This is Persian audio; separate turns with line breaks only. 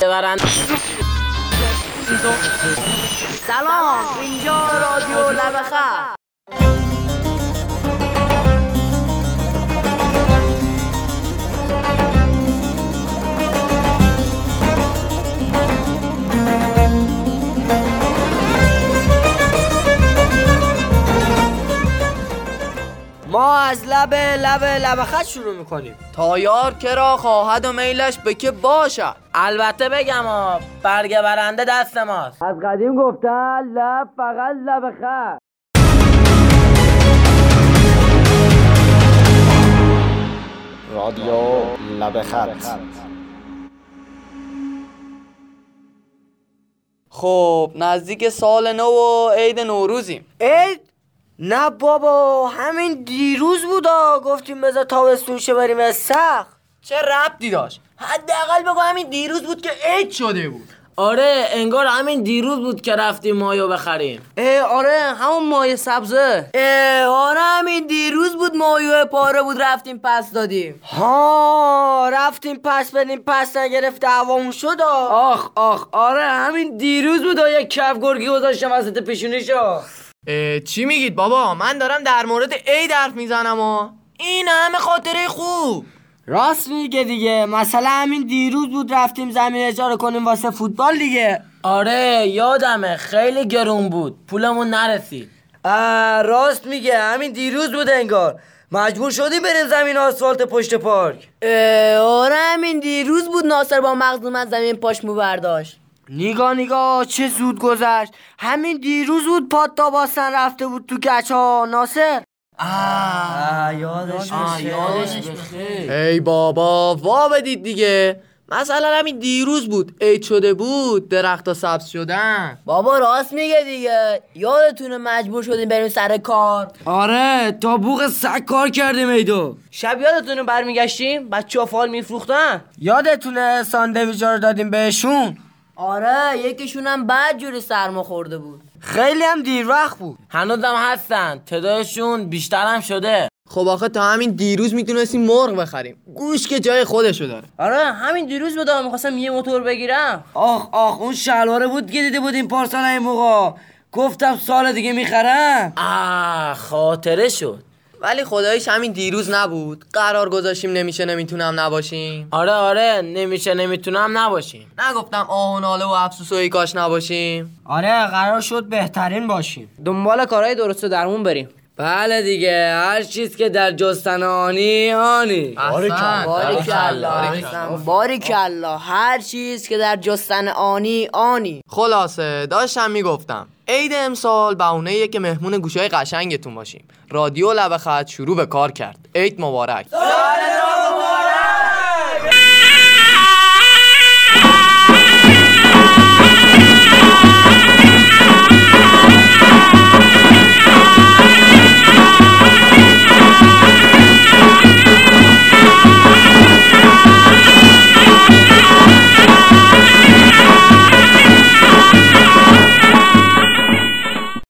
ببرن
سلام اینجا رادیو لبخه
ما از لب لب لبخط شروع میکنیم
تا یار کرا خواهد و میلش به که باشد البته بگم ها برگ برنده دست ماست
از قدیم گفتن لب فقط لبخط
رادیو لب خط
خب نزدیک سال نو و عید نوروزیم
عید نه بابا همین دیروز بودا گفتیم بذار تابستون شه بریم از سخت
چه ربطی داشت حداقل بگو همین دیروز بود که عید شده بود آره انگار همین دیروز بود که رفتیم مایو بخریم
اه آره همون مایه سبزه
اه آره همین دیروز بود مایو پاره بود رفتیم پس دادیم
ها رفتیم پس بدیم پس نگرفت دعوامون شد آ.
آخ آخ آره همین دیروز بود یک کف گرگی گذاشتم وسط پیشونیشو
اه، چی میگید بابا من دارم در مورد عید حرف میزنم و این همه خاطره خوب
راست میگه دیگه مثلا همین دیروز بود رفتیم زمین اجاره کنیم واسه فوتبال دیگه
آره یادمه خیلی گرون بود پولمون نرسید
آه، راست میگه همین دیروز بود انگار مجبور شدیم بریم زمین آسفالت پشت پارک
آره همین دیروز بود ناصر با مغز من زمین پاشمو برداشت
نگاه نگاه چه زود گذشت همین دیروز بود پاد تا باستن رفته بود تو گچه ها ناصر آه یادش
ای بابا وا بدید دیگه مثلا همین دیروز بود عید شده بود درخت سبز شدن
بابا راست میگه دیگه یادتونه مجبور شدیم بریم سر کار
آره تا بوق سگ کار کردیم ایدو
شب یادتونه برمیگشتیم بچه ها فال میفروختن
یادتونه ساندویجا رو دادیم بهشون
آره یکیشون هم بد جوری سرما خورده بود
خیلی هم دیر وقت بود
هنوزم هستن تعدادشون بیشتر هم شده
خب آخه تا همین دیروز میتونستیم مرغ بخریم گوش که جای خودشو داره
آره همین دیروز بود میخواستم یه موتور بگیرم
آخ آخ اون شلواره بود که دیده بودیم پارسال این موقع گفتم سال دیگه میخرم
آه خاطره شد
ولی خدایش همین دیروز نبود قرار گذاشتیم نمیشه نمیتونم نباشیم
آره آره نمیشه نمیتونم نباشیم
نگفتم آه و ناله و افسوس و ای کاش نباشیم
آره قرار شد بهترین باشیم
دنبال کارهای درست و درمون بریم
بله دیگه هر چیز که در جستنانی آنی
باریکلا
بارک الله هر چیز که در جستن آنی آنی
خلاصه داشتم میگفتم عید امسال بهونه که مهمون گوشای قشنگتون باشیم رادیو لب خط شروع به کار کرد عید مبارک
سال